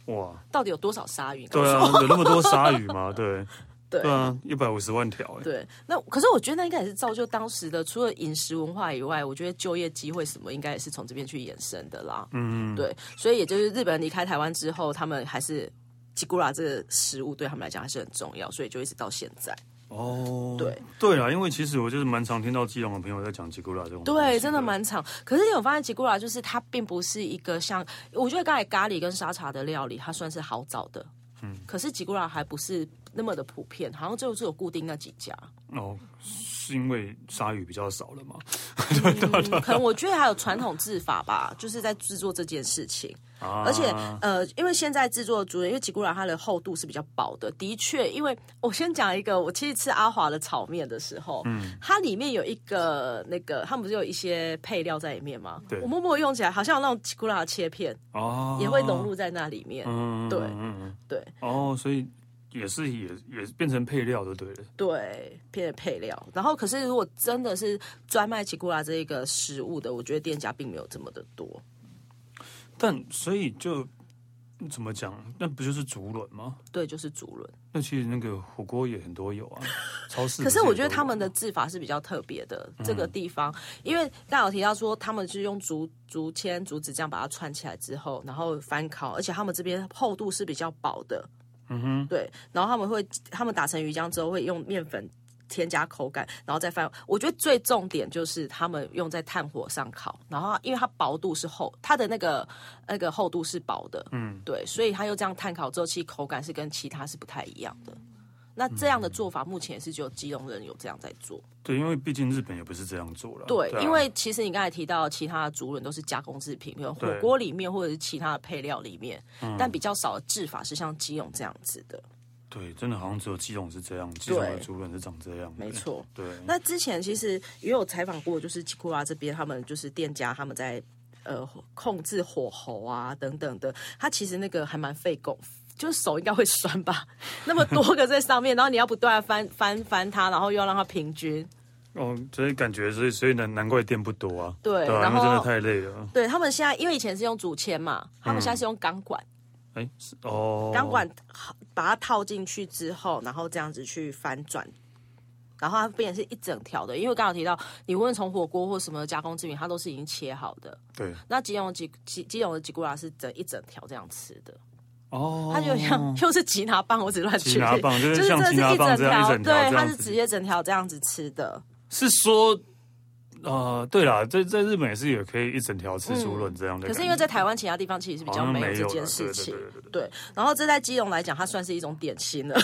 [SPEAKER 1] 哇，
[SPEAKER 2] 到底有多少鲨鱼？
[SPEAKER 1] 对啊，有那么多鲨鱼 吗？对，
[SPEAKER 2] 对
[SPEAKER 1] 对啊，一百五十万条、欸，
[SPEAKER 2] 对，那可是我觉得那应该也是造就当时的，除了饮食文化以外，我觉得就业机会什么应该也是从这边去衍生的啦。嗯，对，所以也就是日本人离开台湾之后，他们还是吉古拉这个食物对他们来讲还是很重要，所以就一直到现在。
[SPEAKER 1] 哦，
[SPEAKER 2] 对
[SPEAKER 1] 对啦，因为其实我就是蛮常听到基隆的朋友在讲吉古拉这种东西，
[SPEAKER 2] 对，真的蛮长。可是你有发现吉古拉就是它并不是一个像，我觉得刚才咖喱跟沙茶的料理，它算是好找的。嗯， 可是吉古拉还不是那么的普遍，好像就只有固定那几家。
[SPEAKER 1] 哦，是因为鲨鱼比较少了嘛？
[SPEAKER 2] 嗯可能我觉得还有传统制法吧，就是在制作这件事情。
[SPEAKER 1] 啊，
[SPEAKER 2] 而且呃，因为现在制作的主人，因为吉古拉它的厚度是比较薄的，的确，因为我先讲一个，我其实吃阿华的炒面的时候，嗯，它里面有一个那个，他们不是有一些配料在里面吗？
[SPEAKER 1] 对
[SPEAKER 2] 我默默用起来好像有那种吉古拉的切片
[SPEAKER 1] 哦
[SPEAKER 2] 也会融入在那里面，
[SPEAKER 1] 嗯，
[SPEAKER 2] 对
[SPEAKER 1] 嗯嗯嗯
[SPEAKER 2] 对
[SPEAKER 1] 哦，所以也是也也变成配料就对了。
[SPEAKER 2] 对，变成配料。然后可是如果真的是专卖吉古拉这一个食物的，我觉得店家并没有这么的多。
[SPEAKER 1] 但所以就怎么讲，那不就是竹轮吗？
[SPEAKER 2] 对，就是竹轮，
[SPEAKER 1] 那其实那个火锅也很多有啊，超市。
[SPEAKER 2] 可是我觉得他们的制法是比较特别的，这个地方，因为刚才有提到说他们是用竹竹签、竹子这样把它串起来之后，然后翻烤，而且他们这边厚度是比较薄的，嗯哼，对，然后他们会他们打成鱼浆之后会用面粉。添加口感，然后再翻。我觉得最重点就是他们用在炭火上烤，然后它因为它薄度是厚，它的那个那个厚度是薄的，嗯，对，所以它又这样炭烤之后，其实口感是跟其他是不太一样的。那这样的
[SPEAKER 1] 嗯
[SPEAKER 2] 做法目前也是只有基隆人有这样在做。
[SPEAKER 1] 对，因为毕竟日本也不是这样做了。
[SPEAKER 2] 对，
[SPEAKER 1] 啊
[SPEAKER 2] 因为其实你刚才提到其他的竹轮都是加工制品，比如火
[SPEAKER 1] 对嗯
[SPEAKER 2] 锅里面或者是其他的配料里面，但比较少的制法是像基隆这样子的。
[SPEAKER 1] 对，真的好像只有基隆是这样，基隆的竹轮是长这样。
[SPEAKER 2] 没，错。
[SPEAKER 1] 对，
[SPEAKER 2] 那之前其实也有采访过，就是奇库拉这边他们就是店家他们在呃控制火候啊等等的，它其实那个还蛮费工。就是手应该会酸吧，那么多个在上面，然后你要不断地翻翻翻它，然后又要让它平均，
[SPEAKER 1] 哦，所以感觉所以所以难难怪店不多啊。
[SPEAKER 2] 对
[SPEAKER 1] 对啊，
[SPEAKER 2] 然
[SPEAKER 1] 因为真的
[SPEAKER 2] 后
[SPEAKER 1] 太累了。
[SPEAKER 2] 对他们现在，因为以前是用竹签嘛，他们现在是用钢管，
[SPEAKER 1] 哎，是嗯哦，
[SPEAKER 2] 钢管把它套进去之后，然后这样子去翻转，然后它变成是一整条的。因为刚刚有提到，你无论从火锅或什么加工制品，它都是已经切好的。
[SPEAKER 1] 对
[SPEAKER 2] 那吉隆吉吉吉隆的吉古拉是整一整条这样吃的，
[SPEAKER 1] 哦，
[SPEAKER 2] 它就像又是吉拿棒，我只乱举
[SPEAKER 1] 吉拿
[SPEAKER 2] 例，
[SPEAKER 1] 棒就是
[SPEAKER 2] 就是真
[SPEAKER 1] 像
[SPEAKER 2] 的
[SPEAKER 1] 吉
[SPEAKER 2] 是
[SPEAKER 1] 拿
[SPEAKER 2] 一
[SPEAKER 1] 棒
[SPEAKER 2] 整
[SPEAKER 1] 这样一
[SPEAKER 2] 条，
[SPEAKER 1] 整条这
[SPEAKER 2] 对，它
[SPEAKER 1] 样
[SPEAKER 2] 是
[SPEAKER 1] 子
[SPEAKER 2] 直接整条这样子吃的。
[SPEAKER 1] 是说，呃，对啦，在在日本也是也可以一整条吃猪论这样的
[SPEAKER 2] 嗯可
[SPEAKER 1] 感觉、
[SPEAKER 2] 是因为在台湾其他地方其实是比
[SPEAKER 1] 好
[SPEAKER 2] 较
[SPEAKER 1] 像
[SPEAKER 2] 没
[SPEAKER 1] 没
[SPEAKER 2] 有这
[SPEAKER 1] 有
[SPEAKER 2] 件
[SPEAKER 1] 啦
[SPEAKER 2] 事
[SPEAKER 1] 对对
[SPEAKER 2] 情
[SPEAKER 1] 对对，对
[SPEAKER 2] 对。然后这在基隆来讲，它算是一种点心了。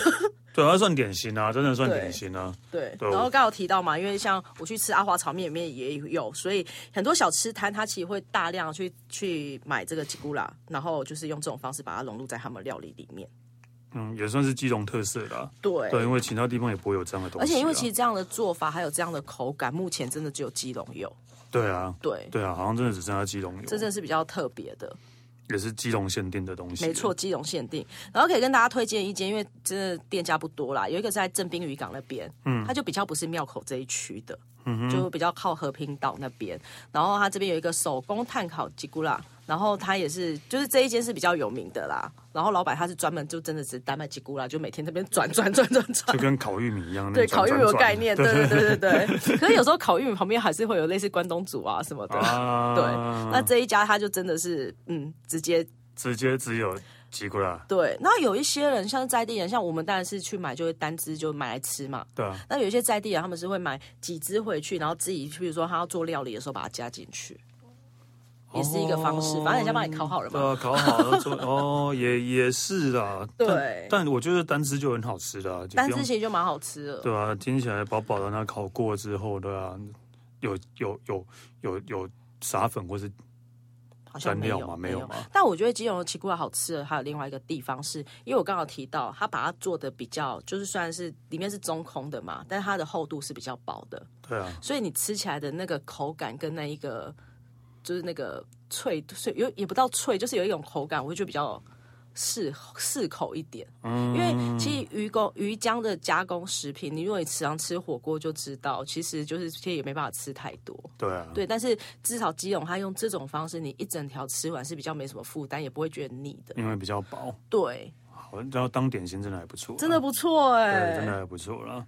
[SPEAKER 1] 对，它算点心啊，真的算
[SPEAKER 2] 对
[SPEAKER 1] 点心啊。
[SPEAKER 2] 对，
[SPEAKER 1] 对
[SPEAKER 2] 然后
[SPEAKER 1] 我
[SPEAKER 2] 刚好提到嘛，因为像我去吃阿华炒面里面也有，所以很多小吃摊它其实会大量去去买这个吉古拉，然后就是用这种方式把它融入在他们料理里面。
[SPEAKER 1] 嗯，也算是基隆特色啦。
[SPEAKER 2] 对，
[SPEAKER 1] 对，因为其他地方也不会有这样的东西啊。
[SPEAKER 2] 而且因为其实这样的做法还有这样的口感，目前真的只有基隆有。
[SPEAKER 1] 对啊，
[SPEAKER 2] 对，
[SPEAKER 1] 对啊，好像真的只剩下基隆有，
[SPEAKER 2] 这真的是比较特别的。
[SPEAKER 1] 也是基隆限定的东西。啊
[SPEAKER 2] 没错，，基隆限定。然后可以跟大家推荐一间，因为真的店家不多啦。有一个是在正滨渔港那边，嗯，它就比较不是庙口这一区的，嗯就比较靠和平岛那边。然后它这边有一个手工炭烤吉古拉，然后它也是就是这一间是比较有名的啦。然后老板他是专门就真的只单卖吉古拉，就每天那边转转转转转
[SPEAKER 1] 就。跟烤玉米一样。那
[SPEAKER 2] 对，
[SPEAKER 1] 转
[SPEAKER 2] 烤玉米有
[SPEAKER 1] 转转
[SPEAKER 2] 概念，对对对对对。可是有时候烤玉米旁边还是会有类似关东煮啊什么的。
[SPEAKER 1] 啊，
[SPEAKER 2] 对，那这一家他就真的是，嗯，直接
[SPEAKER 1] 直接只有吉古拉。
[SPEAKER 2] 对，那有一些人像在地人，像我们当然是去买就会单只就买来吃嘛。
[SPEAKER 1] 对啊，
[SPEAKER 2] 那有一些在地人，他们是会买几只回去，然后自己，比如说他要做料理的时候把它加进去，也是一个方式。反正人家帮你烤好了
[SPEAKER 1] 对
[SPEAKER 2] 嘛。
[SPEAKER 1] 啊，烤好了之后哦，也也是啦。
[SPEAKER 2] 对
[SPEAKER 1] 但但我觉得单吃就很好吃的、啊，就
[SPEAKER 2] 单
[SPEAKER 1] 不用
[SPEAKER 2] 只其实就蛮好吃的。
[SPEAKER 1] 对啊，听起来饱饱的，那烤过之后的啊，有有有有有撒粉或是
[SPEAKER 2] 好像
[SPEAKER 1] 蘸
[SPEAKER 2] 没
[SPEAKER 1] 料
[SPEAKER 2] 有
[SPEAKER 1] 吗？没有吗？
[SPEAKER 2] 但我觉得基隆的奇库拉好吃的还有另外一个地方是，因为我刚好提到，它把它做的比较，就是虽然是里面是中空的嘛，但它的厚度是比较薄的，
[SPEAKER 1] 对啊，
[SPEAKER 2] 所以你吃起来的那个口感跟那一个就是那个脆脆有也不到脆，就是有一种口感，我会觉得比较适适口一点。嗯，因为其实鱼工鱼浆的加工食品，你如果你时常吃火锅就知道，其实就是其实也没办法吃太多。
[SPEAKER 1] 对啊，
[SPEAKER 2] 对，但是至少基隆它用这种方式，你一整条吃完是比较没什么负担，也不会觉得腻的。
[SPEAKER 1] 因为比较饱，
[SPEAKER 2] 对，
[SPEAKER 1] 好，然后当点心真的还不错啊，
[SPEAKER 2] 真的不错哎、
[SPEAKER 1] 对，真的还不错啦。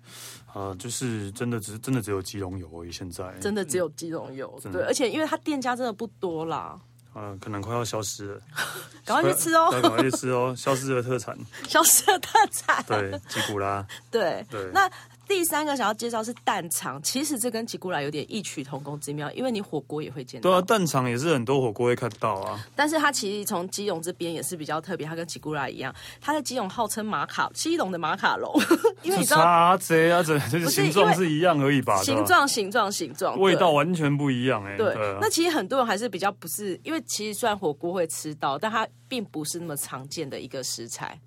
[SPEAKER 1] 啊，就是真的只真的只有基隆有而已，现在
[SPEAKER 2] 真的只有基隆有，
[SPEAKER 1] 真的
[SPEAKER 2] 对，而且因为它店家真的不多啦，
[SPEAKER 1] 啊，可能快要消失了，
[SPEAKER 2] 赶快去吃哦，
[SPEAKER 1] 对赶快 去吃哦，消失的特产，
[SPEAKER 2] 消失的特产。
[SPEAKER 1] 对，吉古拉，
[SPEAKER 2] 对，
[SPEAKER 1] 对
[SPEAKER 2] 那第三个想要介绍是蛋肠，其实这跟吉古拉有点异曲同工之妙，因为你火锅也会见
[SPEAKER 1] 对啊，
[SPEAKER 2] 到，
[SPEAKER 1] 蛋肠也是很多火锅会看到啊。
[SPEAKER 2] 但是它其实从基隆这边也是比较特别，它跟吉古拉一样，它在基隆号称马卡基隆的马卡龙， 因为你知道
[SPEAKER 1] 差这啊，这就是是形状是一样而已吧？对吧
[SPEAKER 2] 形状、形状、形状，
[SPEAKER 1] 味
[SPEAKER 2] 对
[SPEAKER 1] 道完全不一样哎、
[SPEAKER 2] 对
[SPEAKER 1] 对啊，
[SPEAKER 2] 那其实很多人还是比较不是，因为其实虽然火锅会吃到，但它并不是那么常见的一个食材，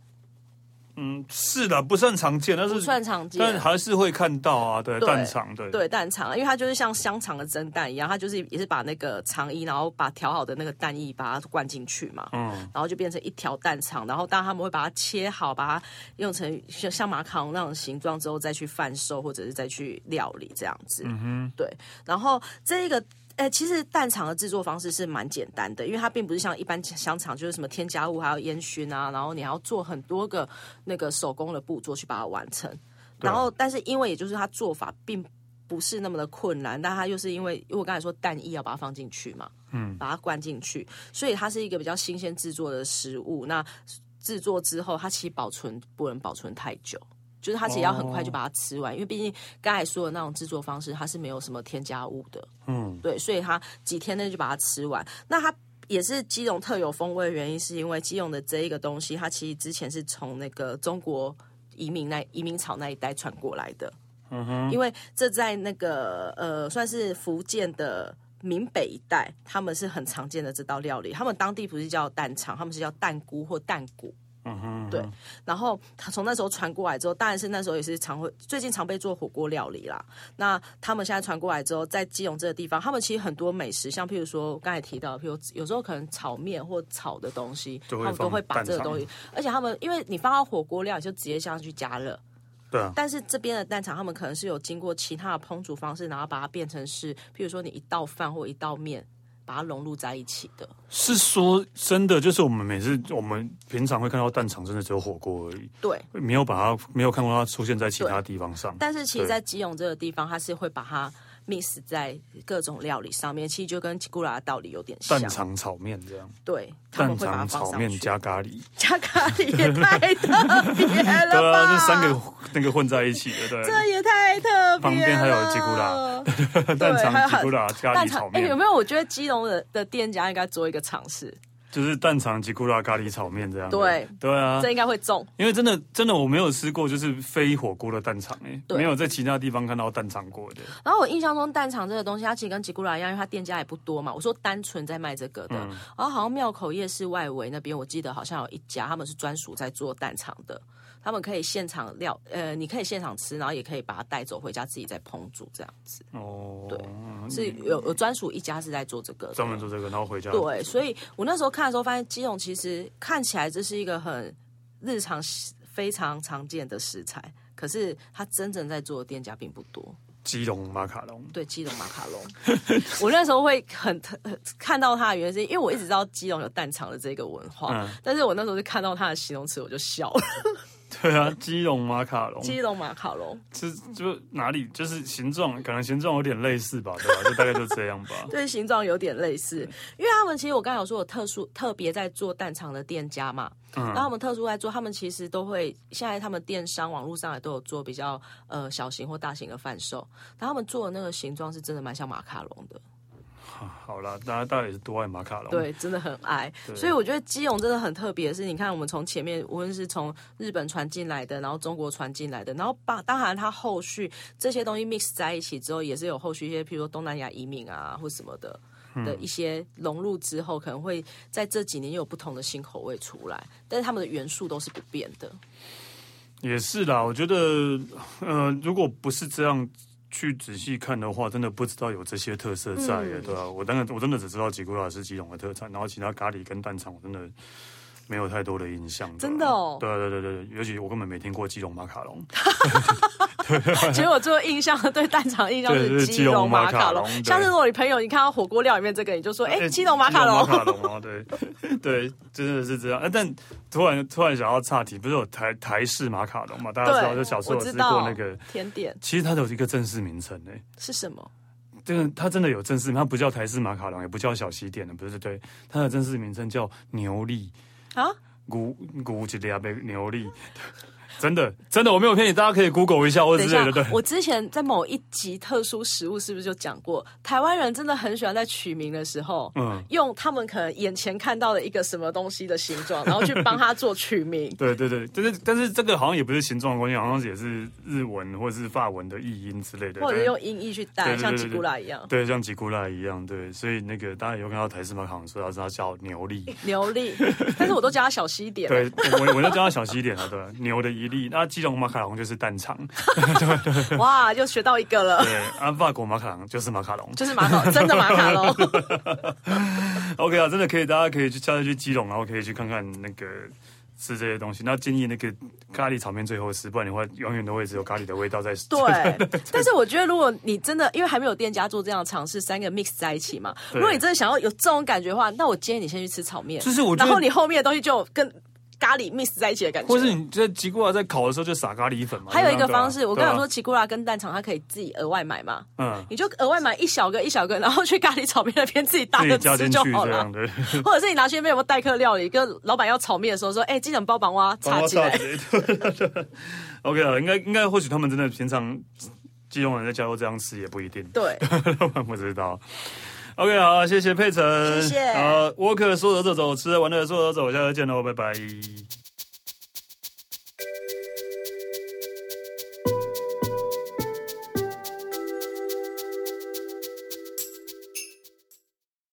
[SPEAKER 1] 嗯，是的，不算常见，但
[SPEAKER 2] 不
[SPEAKER 1] 是
[SPEAKER 2] 算常见。
[SPEAKER 1] 但还是会看到啊，对，
[SPEAKER 2] 对
[SPEAKER 1] 蛋肠对。
[SPEAKER 2] 对蛋肠啊，因为它就是像香肠的蒸蛋一样，它就是也是把那个肠衣，然后把调好的那个蛋液把它灌进去嘛，
[SPEAKER 1] 嗯，
[SPEAKER 2] 然后就变成一条蛋肠，然后当然他们会把它切好，把它用成像像马卡龙那种形状之后再去贩售，或者是再去料理这样子。嗯哼，对。然后这一个。呃，其实蛋肠的制作方式是蛮简单的，因为它并不是像一般香肠，就是什么添加物还要烟熏啊，然后你还要做很多个那个手工的步骤去把它完成。然后，但是因为也就是它做法并不是那么的困难，但它又是因为因为我刚才说蛋液要把它放进去嘛，嗯，把它灌进去，所以它是一个比较新鲜制作的食物。那制作之后，它其实保存不能保存太久，就是它其实要很快就把它吃完，因为毕竟刚才说的那种制作方式，它是没有什么添加物的，
[SPEAKER 1] 嗯，
[SPEAKER 2] 对，所以它几天内就把它吃完。那它。也是基隆特有风味的原因，是因为基隆的这一个东西，它其实之前是从那个中国移民那移民潮那一带传过来的。因为这在那个呃，算是福建的闽北一带，他们是很常见的这道料理。他们当地不是叫蛋肠，他们是叫蛋菇或蛋骨。嗯哼，对。然后他从那时候传过来之后，当然是那时候也是常会，最近常被做火锅料理啦。那他们现在传过来之后，在基隆这个地方，他们其实很多美食，像譬如说我刚才提到，譬如有时候可能炒面或炒的东西，他
[SPEAKER 1] 就会
[SPEAKER 2] 们都
[SPEAKER 1] 放
[SPEAKER 2] 会把
[SPEAKER 1] 蛋
[SPEAKER 2] 这个
[SPEAKER 1] 肠
[SPEAKER 2] 东西，而且他们因为你放到火锅料，你就直接下去加热。
[SPEAKER 1] 对啊，
[SPEAKER 2] 但是这边的蛋肠，他们可能是有经过其他的烹煮方式，然后把它变成是，譬如说你一道饭或一道面，把它融入在一起的。
[SPEAKER 1] 是说真的，就是我们每次我们平常会看到蛋肠，真的只有火锅而已，
[SPEAKER 2] 对，
[SPEAKER 1] 没有把它没有看过它出现在其他地方上。
[SPEAKER 2] 但是其实，
[SPEAKER 1] 对
[SPEAKER 2] 在基隆这个地方，它是会把它 mix 在各种料理上面，其实就跟吉古拉的道理有点像
[SPEAKER 1] 蛋。肠炒面这样，
[SPEAKER 2] 对，他
[SPEAKER 1] 蛋
[SPEAKER 2] 们会把它
[SPEAKER 1] 肠
[SPEAKER 2] 放
[SPEAKER 1] 炒
[SPEAKER 2] 上
[SPEAKER 1] 面
[SPEAKER 2] 去。
[SPEAKER 1] 加咖喱，
[SPEAKER 2] 加咖喱也太特别了吧！
[SPEAKER 1] 对啊，这三个那个混在一起的，对，
[SPEAKER 2] 这也太特别了。
[SPEAKER 1] 旁边还有吉古拉。 蛋
[SPEAKER 2] 还有
[SPEAKER 1] 肠吉古拉咖
[SPEAKER 2] 蛋
[SPEAKER 1] 喱
[SPEAKER 2] 肠
[SPEAKER 1] 炒，
[SPEAKER 2] 哎、有
[SPEAKER 1] 面，
[SPEAKER 2] 没有？我觉得基隆的的店家应该做一个尝试，
[SPEAKER 1] 就是蛋肠吉古拉咖喱炒面这样。
[SPEAKER 2] 对，
[SPEAKER 1] 对啊
[SPEAKER 2] 这，应该会中。
[SPEAKER 1] 因为真的真的我没有吃过就是非火锅的蛋肠，哎，
[SPEAKER 2] 对
[SPEAKER 1] 没有在其他地方看到蛋肠过的。
[SPEAKER 2] 然后我印象中蛋肠这个东西，它其实跟吉古拉一样，因为它店家也不多嘛。我说单纯在卖这个
[SPEAKER 1] 嗯
[SPEAKER 2] 的，然后好像庙口夜市外围那边，我记得好像有一家，他们是专属在做蛋肠的，他们可以现场料，呃，你可以现场吃，然后也可以把它带走回家自己再烹煮这样子。
[SPEAKER 1] 哦，对
[SPEAKER 2] 是有有专属一家是在做这个的，
[SPEAKER 1] 专门做这个，然后回家。
[SPEAKER 2] 对，所以我那时候看的时候发现，基隆其实看起来这是一个很日常非常常见的食材，可是它真正在做的店家并不多。
[SPEAKER 1] 基隆马卡龙，
[SPEAKER 2] 对基隆马卡龙， 我那时候会很特呃看到它的原因，是因为我一直知道基隆有蛋肠的这个文化，
[SPEAKER 1] 嗯
[SPEAKER 2] 但是我那时候就看到它的形容词我就笑了。
[SPEAKER 1] 对啊，基隆马卡龙，
[SPEAKER 2] 基隆马卡龙，。
[SPEAKER 1] 这就哪里就是形状，可能形状有点类似吧，对吧？就大概就这样吧
[SPEAKER 2] 对形状有点类似，因为他们其实我刚才有说有特殊特别在做蛋肠的店家嘛，然后他们特殊在做，他们其实都会现在他们电商网络上也都有做比较呃小型或大型的贩售，然后他们做的那个形状是真的蛮像马卡龙的。
[SPEAKER 1] 好啦，大家到底是多爱马卡龙？，
[SPEAKER 2] 对，真的很矮。所以我觉得基隆真的很特别，是你看我们从前面无论是从日本传进来的，然后中国传进来的，然后把当然它后续这些东西 mix 在一起之后，也是有后续一些，譬如说东南亚移民啊或什么的。
[SPEAKER 1] 嗯
[SPEAKER 2] 的一些融入之后，可能会在这几年又有不同的新口味出来，但是他们的元素都是不变 的。
[SPEAKER 1] 也是啦。我觉得，呃，如果不是这样去仔细看的话，真的不知道有这些特色在耶，对吧、我当然我真的只知道吉古拉是基隆的特产，然后其他咖喱跟蛋肠我真的没有太多的印象。
[SPEAKER 2] 真的哦
[SPEAKER 1] 对啊对对对对，尤其我根本没听过基隆马卡龙。
[SPEAKER 2] 结果最后印象对蛋肠印象
[SPEAKER 1] 对
[SPEAKER 2] 是
[SPEAKER 1] 是
[SPEAKER 2] 基
[SPEAKER 1] 基隆
[SPEAKER 2] 隆马
[SPEAKER 1] 马卡
[SPEAKER 2] 卡龙
[SPEAKER 1] 龙。对
[SPEAKER 2] 下次如果你朋友你看到火锅料里面这个，你就说：“哎、
[SPEAKER 1] 欸
[SPEAKER 2] 基隆马卡龙。
[SPEAKER 1] 基隆马卡龙哦，对对，真的是这样。啊但突然突然想要岔题，不是有台台式马卡龙嘛？大家知道，
[SPEAKER 2] 对，
[SPEAKER 1] 啊就小时候
[SPEAKER 2] 我
[SPEAKER 1] 有
[SPEAKER 2] 知
[SPEAKER 1] 吃
[SPEAKER 2] 道
[SPEAKER 1] 过那个，
[SPEAKER 2] 甜点
[SPEAKER 1] 其实它有一个正式名称诶、
[SPEAKER 2] 是什么？
[SPEAKER 1] 这个它真的有正式名，它不叫台式马卡龙，也不叫小西点的，不是对，它的正式名称叫牛粒
[SPEAKER 2] 啊，
[SPEAKER 1] 骨骨一粒被牛粒，真的真的我没有骗你，大家可以 Google 一下或者
[SPEAKER 2] 等一
[SPEAKER 1] 之类
[SPEAKER 2] 下
[SPEAKER 1] 的，对，，
[SPEAKER 2] 我之前在某一集特殊食物是不是就讲过，台湾人真的很喜欢在取名的时候，
[SPEAKER 1] 嗯。
[SPEAKER 2] 用他们可能眼前看到的一个什么东西的形状，然后去帮它做取名
[SPEAKER 1] 对对对，但是但是这个好像也不是形状的关系，好像也是日文或者是法文的译音之类的，
[SPEAKER 2] 或者
[SPEAKER 1] 但
[SPEAKER 2] 是用音译去
[SPEAKER 1] 对
[SPEAKER 2] 带，
[SPEAKER 1] 对
[SPEAKER 2] 像
[SPEAKER 1] 对
[SPEAKER 2] 吉啊
[SPEAKER 1] 对
[SPEAKER 2] 古拉一样，
[SPEAKER 1] 对像吉古拉一样，对，所以那个大家有看到台式马卡龙，说它是它叫牛力，
[SPEAKER 2] 牛力。但是我都叫它小西点，
[SPEAKER 1] 对我我就叫它小西一点了，对吧，牛的一粒，那基隆马卡龙就是蛋肠，
[SPEAKER 2] 哇，又学到一个了，
[SPEAKER 1] 对，安法国马卡龙就是马卡龙。
[SPEAKER 2] 就是马卡，真的马 卡龙。
[SPEAKER 1] OK 啊，真的可以，大家可以去下次去基隆，然后可以去看看那个吃这些东西。那建议那个咖喱炒面最后吃，不然的话永远都会只有咖喱的味道在。
[SPEAKER 2] 对，啊但是我觉得如果你真的，因为还没有店家做这样的尝试，三个 mix 在一起嘛，
[SPEAKER 1] 对
[SPEAKER 2] 如果你真的想要有这种感觉的话，那我建议你先去吃炒面，
[SPEAKER 1] 就是我觉
[SPEAKER 2] 然
[SPEAKER 1] 得
[SPEAKER 2] 后你后面的东西就跟咖喱 mix 在一起的感觉。
[SPEAKER 1] 或是你在吉古拉在烤的时候就撒咖喱粉嘛。
[SPEAKER 2] 还有一个
[SPEAKER 1] 对啊
[SPEAKER 2] 方式，我跟你说，
[SPEAKER 1] 对
[SPEAKER 2] 奇古拉跟蛋肠，它可以自己额外买嘛，
[SPEAKER 1] 啊嗯，
[SPEAKER 2] 你就额外买一小个一小个，然后去咖喱炒面那边自己搭
[SPEAKER 1] 自己
[SPEAKER 2] 着
[SPEAKER 1] 加
[SPEAKER 2] 吃
[SPEAKER 1] 进
[SPEAKER 2] 就
[SPEAKER 1] 去
[SPEAKER 2] 好
[SPEAKER 1] 这
[SPEAKER 2] 了
[SPEAKER 1] 样。对。
[SPEAKER 2] 或者是你拿去那边有没有代客料理，跟老板要炒面的时候说，哎，记得帮帮我
[SPEAKER 1] 帮
[SPEAKER 2] 插
[SPEAKER 1] 我
[SPEAKER 2] 进来
[SPEAKER 1] 插。对对对 OK 啊，应该应该或许他们真的平常基隆人在加州这样吃也不一定。
[SPEAKER 2] 对，
[SPEAKER 1] 不知道。OK，好，谢谢佩晨，
[SPEAKER 2] 谢谢
[SPEAKER 1] 好，沃克说走就走，吃的玩的说走就走，下次见喽，拜拜。